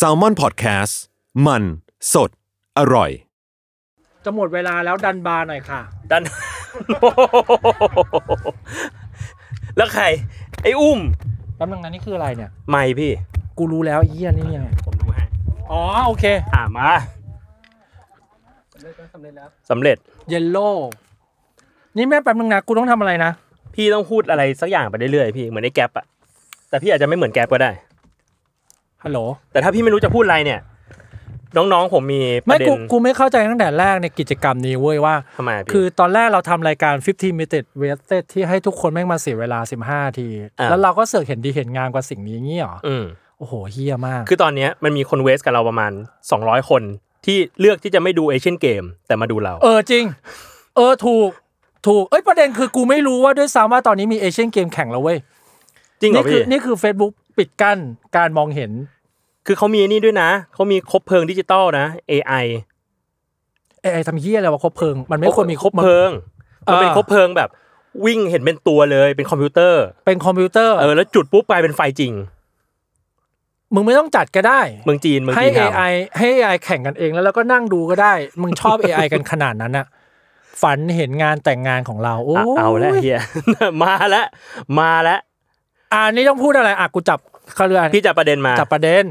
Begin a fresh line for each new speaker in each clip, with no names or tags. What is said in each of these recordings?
s a l ม o n PODCAST มันสดอร่อย
จะหมดเวลาแล้วดันบาร์หน่อยค่ะ
ดัน แล้วใคร ไอ้อุ้ม
แป๊บนึงนะนี่คืออะไรเนี่ย
ไม่พี่
กูรู้แล้วไอ้เหี้ยนี่ยังไง
ผมดูให้
อ๋อโอเค
อ่ามาสำเร็จ
เยลโล่ นี่แม่แป๊บนึงนะ กูต้องทำอะไรนะ
พี่ต้องพูดอะไรสักอย่างไปเรื่อยๆพี่ เหมือนไอ้แก๊ปอะแต่พี่อาจจะไม่เหมือนแก๊ปก็ได้
ฮัลโหล
แต่ถ้าพี่ไม่รู้จะพูดอะไรเนี่ย น้องๆผมมีป
ไม่
ระเด็
กู
น
กูไม่เข้าใจตั้งแต่แรกในกิจกรรมนี้เว้ยว่า
ทำไมะพี่
คือตอนแรกเราทำรายการ 15 minute wasted ที่ให้ทุกคนแม่งมาเสียเวลา 15นาที
อ่า
แล้วเราก็เสือกเห็นดีเห็นงามกว่าสิ่งนี้งี้เหรอ
อืม
โอ้โหเฮี้ยมาก
คือตอนเนี้ยมันมีคนเวสกับเราประมาณ 200 คนที่เลือกที่จะไม่ดูเอเชียนเกม แต่มาดูเรา
เออจริง เออถูก ถูก เอ้ยประเด็นคือกูไม่รู้ว่าด้วยซ้ำว่าตอนนี้มีเอเชียนเกมแข่งแล้วเว้ย
จริงเหรอ
นี่คื
พี่
นี่คือ Facebook ปิดกั้นการมองเห็น
คือเขามีไอ้นี่ด้วยนะ เขามีครบเพลิงดิจิตอลนะ AI
เอ้ยไอ้ทำเฮี้ยอะไรวะครบเพลิง มันไม่ควรมีครบ
เพ
ง
ลิง มันเป็น
อ่า
ครบเพลิงแบบวิ่งเห็นเป็นตัวเลย เป็นคอมพิวเตอร์
เป็นคอมพิวเตอร์
เออ แล้วจุดปุ๊บกลายเป็นไฟจริง
มึงไม่ต้องจัดก็ได้
เมืองจีน เมือง
ให้
จีนท
AI ให้ AI แข่งกันเองแล้วเราก็นั่งดูก็ได้ มึงชอบ AI กันขนาดนั้นอะฝันเห็นงานแต่งงานของเรา โอ้
ำอ่ะเอาละ
ย
เฮีย มาละมา ละ
อ่านนี่ต้องพูดอะไรอ่ะกูจับเขาเรือ
พี่จับประเด็นมา
จับประเด็น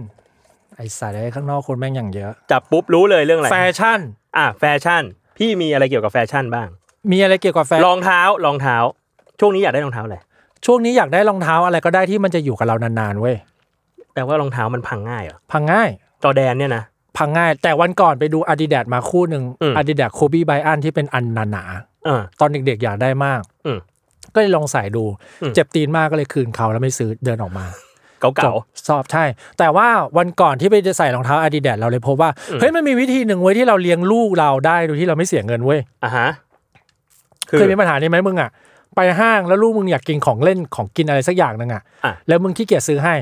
ไอ้สายข้างนอกคนแม่งอย่างเยอะ
จับปุ๊บรู้เลยเรื่องอะไร
แฟชั่น
อ่ะแฟชั่น พี่มีอะไรเกี่ยวกับแฟชั่นบ้าง
มีอะไรเกี่ยวกับแฟ
ร
ชั่น
องเท้ารองเท้า ช่วงนี้อยากได้รองเท้าอะไร
ช่วงนี้อยากได้รองเท้าอะไรก็ได้ที่มันจะอยู่กับเรานานๆเว้ย
แปลว่ารองเท้ามันพังง่ายเหรอ
พังง่าย
จอแดนเนี่ยนะ
พังง่าย แต่วันก่อนไปดู Adidas มาคู่หนึ่ง
อืม
Adidas Kobe Bryant ที่เป็นอันหนาๆ
เออ
ตอนเด็กๆอยากได้มาก
อืม
ก็เลยลองใส่ดู
อืม
เจ็บตีนมากก็เลยคืนเขาแล้วไม่ซื้อเดินออกมา
เก่า
จ
เก่า
บสอบใช่ แต่ว่าวันก่อนที่ไปใส่รองเท้าอาดิดาสเราเลยพบว่า
อืม
เฮ้ยมันมีวิธีหนึ่งเว้ยที่เราเลี้ยงลูกเราได้โดยที่เราไม่เสียเงินเว้ย
ๆอ่ะฮะ
เคยมีปัญหานี้ไหมมึงอ่ะ ไปห้างแล้วลูกมึงอยากกินของเล่นของกินอะไรสักอย่างหนึ่งอ่ะ
อ่ะ
แล้วมึงขี้เกียจซื้อให้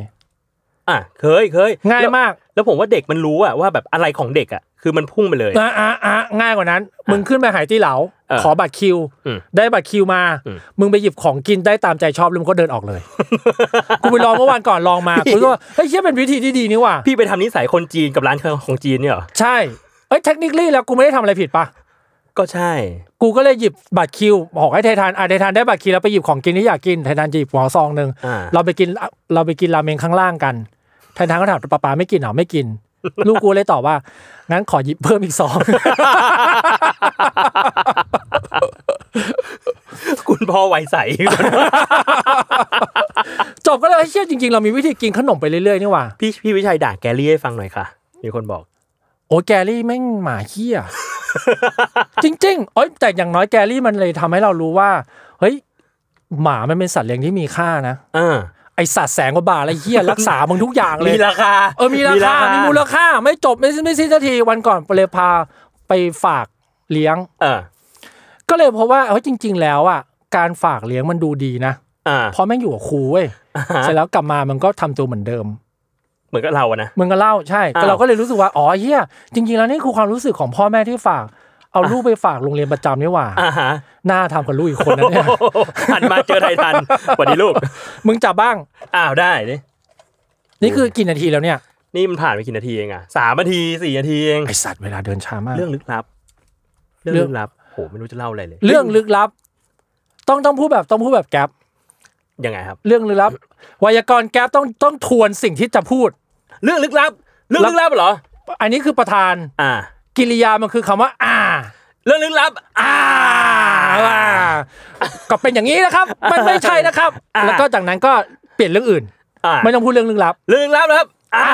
อ่ะเคยเคย
ง่าย
แล้ว
มาก
แล้วผมว่าเด็กมันรู้อะว่าแบบอะไรของเด็กอะคือมันพุ่งไปเลย
อ่ะอ่ะอ่ะง่ายกว่านั้น มึงขึ้นไปหายตี้เหลา
เออ
ขอบัตรคิว
อืม
ได้บัตรคิวมา
อืม
มึงไปหยิบของกินได้ตามใจชอบแล้วมึงก็เดินออกเลย กูไปลองเมื่อวานก่อนลองมา กูก็ว่าเฮ้ยเชี่ยเป็นวิธีที่ดีนี่ว่ะ
พี่ไปทำนิสัยคนจีนกับร้านของจีนเนี่ยเหรอ
ใช่เอ้ยเทคนิคลี่แล้วกูไม่ได้ทำอะไรผิดปะ
ก็ใช่
กูก็เลยหยิบบัตรคิวบอกให้ไททันอ่ะไททันได้บัตรคิวแล้วไปหยิบของกินที่อยากกินไททันจะหยิบหัวซองหนึ่ง
อ่า
เราไปกินเราไปกินราเมงข้างล่างกันไททันก็ถามป้าป๊าไม่กินเหรอไม่กิน ลูกกูเลยตอบว่างั้นขอหยิบเพิ่มอีกซอง
คุณพ่อไวใส
จบก็เลยเฮ้ยเชี่ยจริงๆเรามีวิธีกินขนมไปเรื่อยๆนี่ว่ะ
พี่พี่วิชัยด่าแกรี่ให้ฟังหน่อยค่ะ มีคนบอก
โอ้ยแกรี่แม่งหมาเขี้ย จริงๆเอ้ยแต่อย่างน้อยแกรี่มันเลยทำให้เรารู้ว่า เฮ้ย หมามันเป็นสัตว์เลี้ยงที่มีค่านะ
อ่า
ไอสัตว์แสนกว่าบาทอะไรเฮียรักษา มึงทุกอย่างเลย
มีราคา
เออมีราคา มีมูลค่า ไม่จบไม่สิ้นไม่สิ้นสักทีวันก่อนเลยพาไปฝากเลี้ยง
เออ
ก็เลยเพราะว่าเฮ้ยจริง ๆ แล้วอ่ะการฝากเลี้ยงมันดูดีนะ
อ่า
เพราะแม่งอยู่กับครูเว้ยเสร็จแล้วกลับมามันก็ทำตัวเหมือนเดิม
เหมือนกับเราอะนะ
มึงก็เล่าใช่
อ้าว
แต่เราก็เลยรู้สึกว่าอ๋อเฮียจริง ๆ แล้วนี่คือความรู้สึกของพ่อแม่ที่ฝาก เอาลูกไปฝากโรงเรียนประจำนี่หว่า
อ่าฮะ
หน้าทำกับลูกอีกคนนะ เนี่ย
หันมาเจอไท ทันสวัสดีลูก
มึงจับบ้าง
อ้าวได้ดิ
นี่คือกี่นาทีแล้วเนี่ย
นี่มันผ่านไปกี่นาทีเองอะสามนาทีสี่นาทีเอง
ไอสัตว์เวลาเดินช้ามาก
เรื่องลึกลับ เรื่องลึกลับ โหไม่รู้จะเล่าอะไรเลย
เรื่องลึกลับ ต้องต้องพูดแบบต้องพูดแบบแก๊ป
ยังไงครับ
เรื่องลึกลับไวยากรณ์แก๊ปต้องต้องทวนสิ่งที่จะพูด
เรื่องลึกลับ เรื่องลึกลับเหรอ
อันนี้คือประธาน
อ่า
กิริยามันคือคำว่า อ่า
เรื่องลึกลับ อ่า
อ่าก็เป็นอย่างนี้นะครับ มันไม่ใช่นะครับ
อ่า
แล้วก็จากนั้นก็เปลี่ยนเรื่องอื่น
อ่า
ไม่ต้องพูดเรื่องลึกลับ
เรื่องลึกลับนะครับ อ่า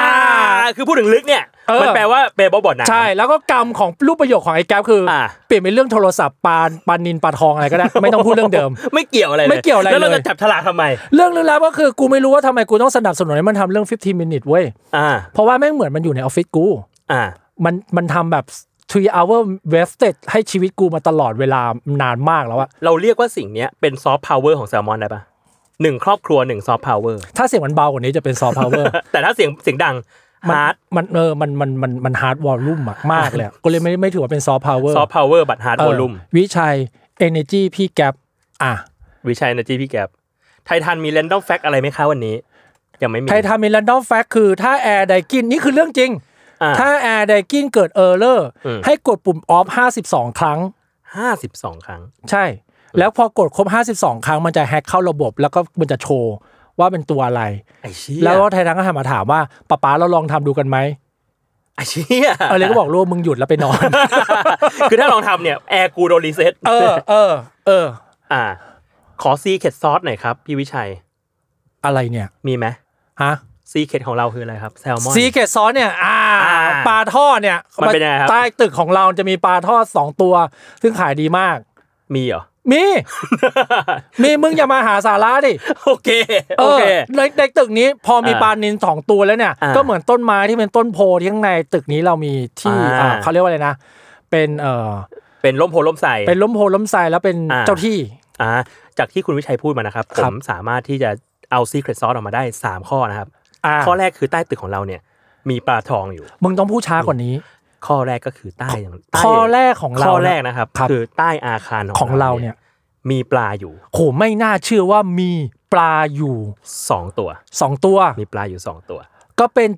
คือพูดถึงลึกเนี่ย
เออ
มันแปลว่าเปรย์บอบอดนะ
ใช่แล้วก็กรรมของรูปประโยคของไอ้แก๊ปคืออา เปลี่ยนเป็นเรื่องโทรศัพท์ปานปานนินปลาทองอะไรก็ได้ ไม่ต้องพูดเรื่องเดิม
ไม่เกี่ยวอะไรเลย
ไม่เกี่ยวอะไร
แล้วเรา
เลย
จะจับฉลากทำไม
เรื่องลึกลับก็คือกูไม่รู้ว่าทำไมกูต้องสนับสนุนให้มันทำเรื่อง 15 minute เว้ย
อ่า
เพราะว่าแม่งเหมือนมันอยู่ในออฟฟิศกู
อ่า
มันมันทำแบบ three hour wasted ให้ชีวิตกูมาตลอดเวลานานมากแล้วอะ
เราเรียกว่าสิ่งเนี้ยเป็นซอฟต์พาวเวอร์ของแซลมอนได้ปะหนึ่งครอบครัวหนึ่งซอฟต์พาวเวอร์
ถ้าเสียงมันเบากว่านี้จะเป็นซอฟต์พาวเวอร์
แต่ถ้าเสียงเสียงดังฮาร์ด
มันเออมันมันมันมันฮาร์ดวอลลุ่มมากๆเลยอะก็เลยไม่ไม่ถือว่าเป็นซอฟต์พาวเวอร์
ซอฟต์พาวเวอร์บัตฮาร์ดวอลลุ่ม
วิชัย energy พี่แก๊ปอ่ะ
วิชัยนะจีพี่แกบไททันมีเรนดอมแฟกอะไรไหมคะวันนี้ ยังไม่มี
ใครทำมีแรนดอมแฟกคือถ้าแอร์ไดกินนี่คือเรื่องจริง
อ่า
ถ้าแอร์ไดกินเกิดเออร์เลอร์
อืม
ให้กดปุ่มออฟ52 ครั้ง
ห้าสิบสองครั้ง
ใช่ แล้วพอกดครบ 52 ครั้งมันจะแฮ็กเข้าระบบ แล้วก็มันจะโชว์ว่าเป็นตัวอะไร
ไอ้เชี่ย
แล้วไทยทังก็หันมาถามว่าป๊าป๊าเราลองทำดูกันไหม
ไอ้เชี่ย
เออเลยก็บอกลูกมึงหยุดแล้วไปนอน
คือถ้าลองทำเนี่ยแอร์กูโดนรีเซ็ต
เออเออ เออ
อ่า ขอซีเค็ดซอสหน่อยครับ พี่วิชัย
อะไรเนี่ย
มีไหม
ฮะ
ซีเค็ดของเราคืออะไรครับแซลมอน
ซีเกตซอสเนี่ย อ่า
อ่า
ปลาท่อดเนี่ย
มันเป็นยังไงครับ
ใต้ตึกของเราจะมีปลาทอดสองตัว ซึ่งขายดีมาก
มี เหรอ
มี มีมึงอย่ามาหาสาระดิ
โอเค
เอ
โอ
อ
เค
ในในตึกนี้พอมี
อ่า
ปลานินสองตัวแล้วเนี่ย
อ่า
ก็เหมือนต้นไม้ที่เป็นต้นโพที่ข้างในตึกนี้เรามีที่
อ่า
อ่าเขาเรียกว่าอะไรนะ เป็นเออ
เป็นล่มโพล่มใส
เป็นล้มโพล้มไซแล้วเป็น
อ่า
เจ้าที่
อ่าจากที่คุณวิชัยพูดมานะครับ ผ
ครับ
มสามารถที่จะเอาซีเค็ดซอสออกมาได้ 3 ข้อนะครับ
อ่า
ข้อแรกคือใต้ตึกของเราเนี่ย มีปลาทองอยู่
มึงต้องพูดช้ากว่านี้
ข้อแรกก็คือใต้อย่างใต้
ข้อแรกของเรา
ข้อแรกนะครับ
ครับ
คือใต้อาคาร
ของเราเนี่ย
มีปลาอยู่
โหไม่น่าเชื่อว่ามีปลาอยู่
2 ตัว
สองตัว
มีปลาอยู่ 2 ตัว
ก็เป็น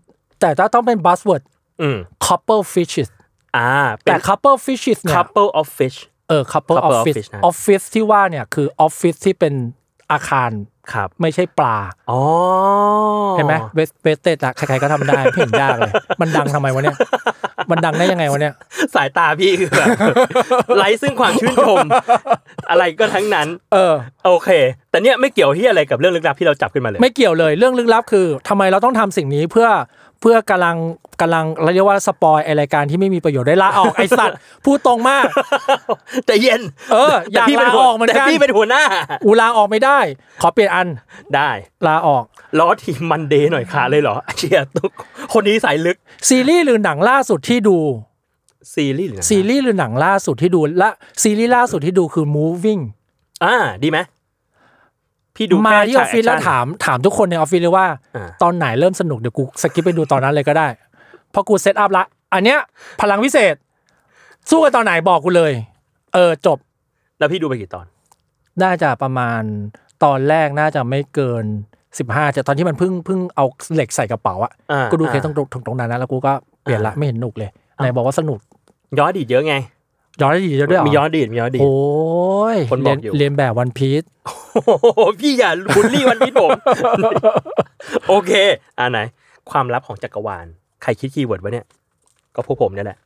แต่ถ้าต้องเป็น buzzword
อืม
couple fishes
อ่าเป็
แต่
น
couple fishes เนี่ย
couple of fish
เออ couple
couple
office
office นะ
office ที่ว่าเนี่ยคือ office ที่เป็นอาคาร
ครับ
ไม่ใช่ปลา
อ๋อ
เห็นไหมเวสเวสเตดอะใครๆก็ทำได้ เพ่งยากเลย มันดังทำไมวะเนี่ย มันดังได้ยังไงวะเนี่ย
สายตาพี่คือ แบบ ไร้ซึ่งความชื่นชม อะไรก็ทั้งนั้น
เออ
โอเค แต่เนี่ยไม่เกี่ยวที่อะไรกับเรื่องลึกลับที่เราจับขึ้นมาเลย
ไม่เกี่ยวเลยเรื่องลึกลับคือทำไมเราต้องทำสิ่งนี้เพื่อเพื่อกำลังกำลังเรียกว่าสปอยไอรายการที่ไม่มีประโยชน์ได้ลาออกไอ สัตว์ พูดตรงมาก
ใจเย็น
เอออยาก
แต่พี่ป็
ลา
หัว
ออกเหมือนกัน
แต่พี่เป็นหัวหน้า
อูลาออกไม่ได้ ขอเปลี่ยนอัน
ได้
ลาออก
ล้อทีมมันเดย์หน่อยค่ะเลยเหรอเชียตุกคนนี้สายลึก
ซีรีส์หรือหนังล่าสุดที่ดู
ซีรีส์หรือหนัง
ซีรีส์หรือหนังล่าสุดที่ดูและซีรีส์ล่าสุดที่ดูคือ moving
อ่าดีไหมพี่ดู
มา
ค่
ที่ออฟฟิศ
ฉ
แล้ว
ก
ถามถามทุกคนในออฟฟิศเลยว่า
อ่า
ตอนไหนเริ่มสนุกเดี๋ยวกูสกิปไปดูตอนนั้นเลยก็ได้เพอกูเซตอัพละ อันเนี้ยพลังวิเศษ สู้กันตอนไหนบอกกูเลย เออจบ
แล้วพี่ดูไปกี่ตอน
น่าจะประมาณตอนแรกน่าจะไม่เกิน 15จะตอนที่มันเพิ่งเพิ่งเอาเหล็กใส่กระเป๋าอะ
อ่า
กูดู
อ่า
แค่ตรงตรงตรงนั้นนะแล้วกูก็เปลี่ยนละไม่เห็นหนุกเลยไหนบอกว่าสนุก
ย้อนอดีตเยอะไง
ย้อนได้ดีเยอะด้วยเหร
มีย้อนอดีตมีย้อนอดีต
โอ้ย
คนบอกอยู่
เรียนเรียนแบบวันพีซ
โอ้โหพี่อย่าบูลลี่วันพีชผม โอเค อ่าไหน ความลับของจักรวาล ใครคิดคีย์เวิร์ดวะเนี่ย ก็พวกผมเนี่ยแหละ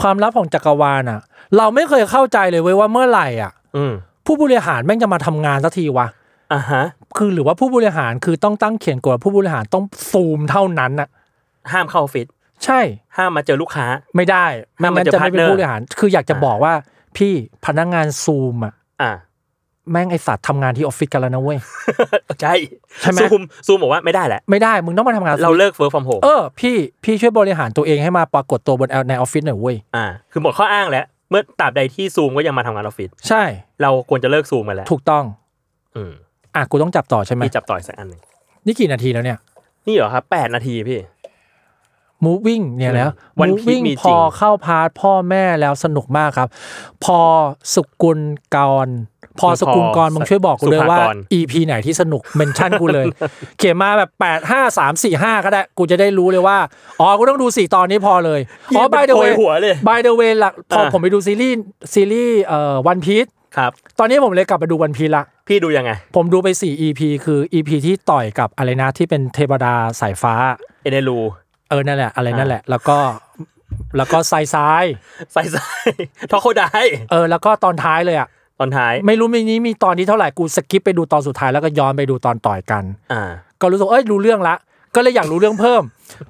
ความลับของจักรวาลอะเราไม่เคยเข้าใจเลยเว้ยว่าเมื่อไหร่อะ
อืม
ผู้บริหารแม่งจะมาทำงานสักทีวะ
อ่าฮะ
คือหรือว่าผู้บริหารคือต้องตั้งเขียนกฎว่าผู้บริหารต้องซูมเท่านั้นน่ะ
ห้ามเข้าออฟฟิศ
ใช่
ห้ามมาเจอลูกค้า
ไม่ได้ไม่งั้นจะ
มันจะ
ไม่เป็น
partner
ผู้บริหาร คืออยากจะ
อ่า
บอกว่าพี่พนักงานซูมอ่ะ
อ่า
แม่งไอสัตว์ทำงานที่ออฟฟิศกันแล้วนะเว้ย
ใช่
ใช่ไหม
ซูมซูมบอกว่าไม่ได้แหละ
ไม่ได้มึงต้องมาทำงาน
เราเลิก work from home
เออพี่พี่ช่วยบริหารตัวเองให้มาปรากฏตัวบนในออฟฟิศหน่อยเว้ย
อ่า คือหมดข้ออ้างแล้ว เมื่อตราบใดที่ซูมก็ยังมาทำงานออฟฟิศ
ใช่
เราควรจะเลิกซูมกันแล้ว
ถูกต้อง
อืม
อ่ะกูต้องจับต่อใช่ไหม
พี่จับต่อยสักอันหนึ่ง
นี่กี่นาทีแล้วเนี่ย
นี่เหรอครับแปดนาทีพี่
moving เนี่ยแล้ว
อืม One Piece
moving
มี
พ
จริ
อง เข้าพาร์ทพ่อแม่แล้วสนุกมากครับ พอสุกุลกร พอสุกุลกรมึงช่วยบอกกูด้วยว่า
สุภากร
EP ไหนที่สนุกเมนชั่นกู เลย เขียนมาแบบ 8 5 3 4 5 ก็ได้ กูจะได้รู้เลยว่า อ๋อ กูต้องดู 4 ตอนนี้พอเลย อ๋อ
พี่
by
เป็น
the
โก
way
ยหัวเลย
by the way หลักพออา ผมไปดูซีรีส์ซีรีส์เอ่อวันพีท
ครับ
ตอนนี้ผมเลยกลับไปดูวันพีละ
พี่ดูยังไง
ผมดูไป 4 EP คือ EP ที่ต่อยกับอะไรนะที่เป็นเทวดาสายฟ้า
เอเนรู
เออ นั่นแหละ อะไรนั่นแหละ แล้วก็ แล้วก็ทรายซ้าย
ใส่ใส่ ทอโคได
เออ แล้วก็ตอนท้ายเลยอ่ะ
ตอนท้าย
ไม่รู้มีนี้มีตอนที่เท่าไหร่ กูสกิปไปดูตอนสุดท้ายแล้วก็ย้อนไปดูตอนต่อยกัน
อ่า
ก็รู้สึก เอ้ย รู้เรื่องละ ก็เลยอยากรู้เรื่องเพิ่ม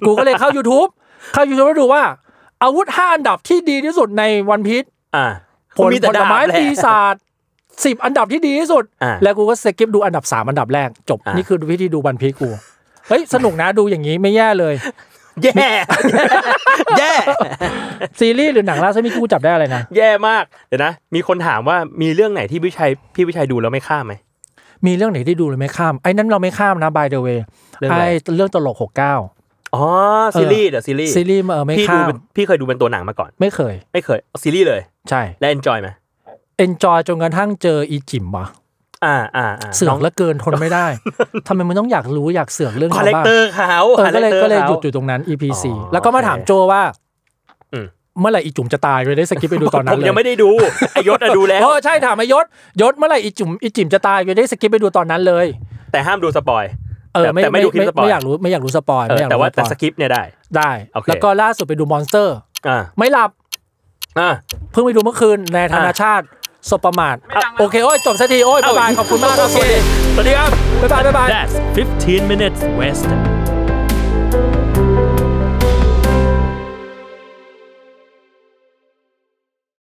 กูก็เลยเข้า YouTube เข้า YouTube แล้วดูว่า อาวุธ 5 อันดับที่ดีที่สุดในวันพีช
อ่า
ผลผลไม้
แหละ
ปีศาจสิบอันดับที่ดีที่สุด
อ่า
แล้วกูก็สกิปดูอันดับ 3 อันดับแรก จบ
อ่านี่
นี่คือวิธีดูวันพีชกู เฮ้ย สนุกนะ ดูอย่างนี้ไม่แย่เลย
แย่ แย่
ซีรีส์หรือหนังล่าสุดนี่กูจับได้อะไรนะ
แย่มาก เดี๋ยวนะ มีคนถามว่ามีเรื่องไหนที่พี่ชัยพี่วิชัยดูแล้วไม่ข้ามไหม
มีเรื่องไหนที่ดูหรือไม่ข้าม ไอ้นั้นเราไม่ข้ามนะ by the way
เรื่องอะไร
ไอ้เรื่องตลก
อ๋อ ซีรีส์เดี๋ยวซีรีส์
69 ซีรีส์เออไม่
พี่ดู
ข้าม
เป็นพี่เคยดูเป็นตัวหนังมาก่อน
ไม่เคย
ไม่เคย ซีรีส์เลย
ใช่
และ enjoy ไหม
enjoy จนกระทั่งเจออีจิมวะ
อ่าอ่าอ่า
เสือกเหละเกินทนไม่ ได้ ทำไมมึงต้องอยากรู้อยากเสือกเรื่อง
คอ
ชา
ล
ว
เลก
บ้าน
เตอร์เขา
เออก็เลย
ค
ก็
ล
เล
เลก
ย
ตอร์
ห
ขา
ยุดอยู่ตรงนั้น EP
อ๋อ
4แล้วก็มาถาม
โอเค
โจว่า
อืม
เมื่อไหร่อีจุ๋มจะตายเลยได้สกิปไปดูตอนนั้
ผ
น
ม
เลย
ยังไม่ได้ดูไอยศอะดูแล้ว
เออใช่ถามไอยศยศเมื่อไหร่อีจุ๋มอีจิ๋มจะตายเลยได้สกิปไปดูตอนนั้นเลย
แต่ห้ามดูสปอย
เออ
แต่
ไม่
แต่ไม่
ไม่
ดูคลิป
ไม่
สปอย
ไม่อยากรู้ไม่อยากรู้สปอย
เอ
ไม่
อ
อยาก
แต่
รู้
ว่าแต่
ส
ส
ปอย
คริปต์เนี่ยได้
ได้
โอเค
แล้วก็ล่าสุดไปดูมอนสเตอร์
อ่า
ไม่หลับ
อ่า
เพิ่งไปดูเมื่อคืนในธนา
อ่ะ
ชาติสบประมาทอ่ะโอเคโอ้ยจบสักทีโอ้ยบ๊ายบายขอบคุณมากครับโอเค
สวัสดีครับ
บ๊ายบายบ๊ายบาย
That's 15 minutes west.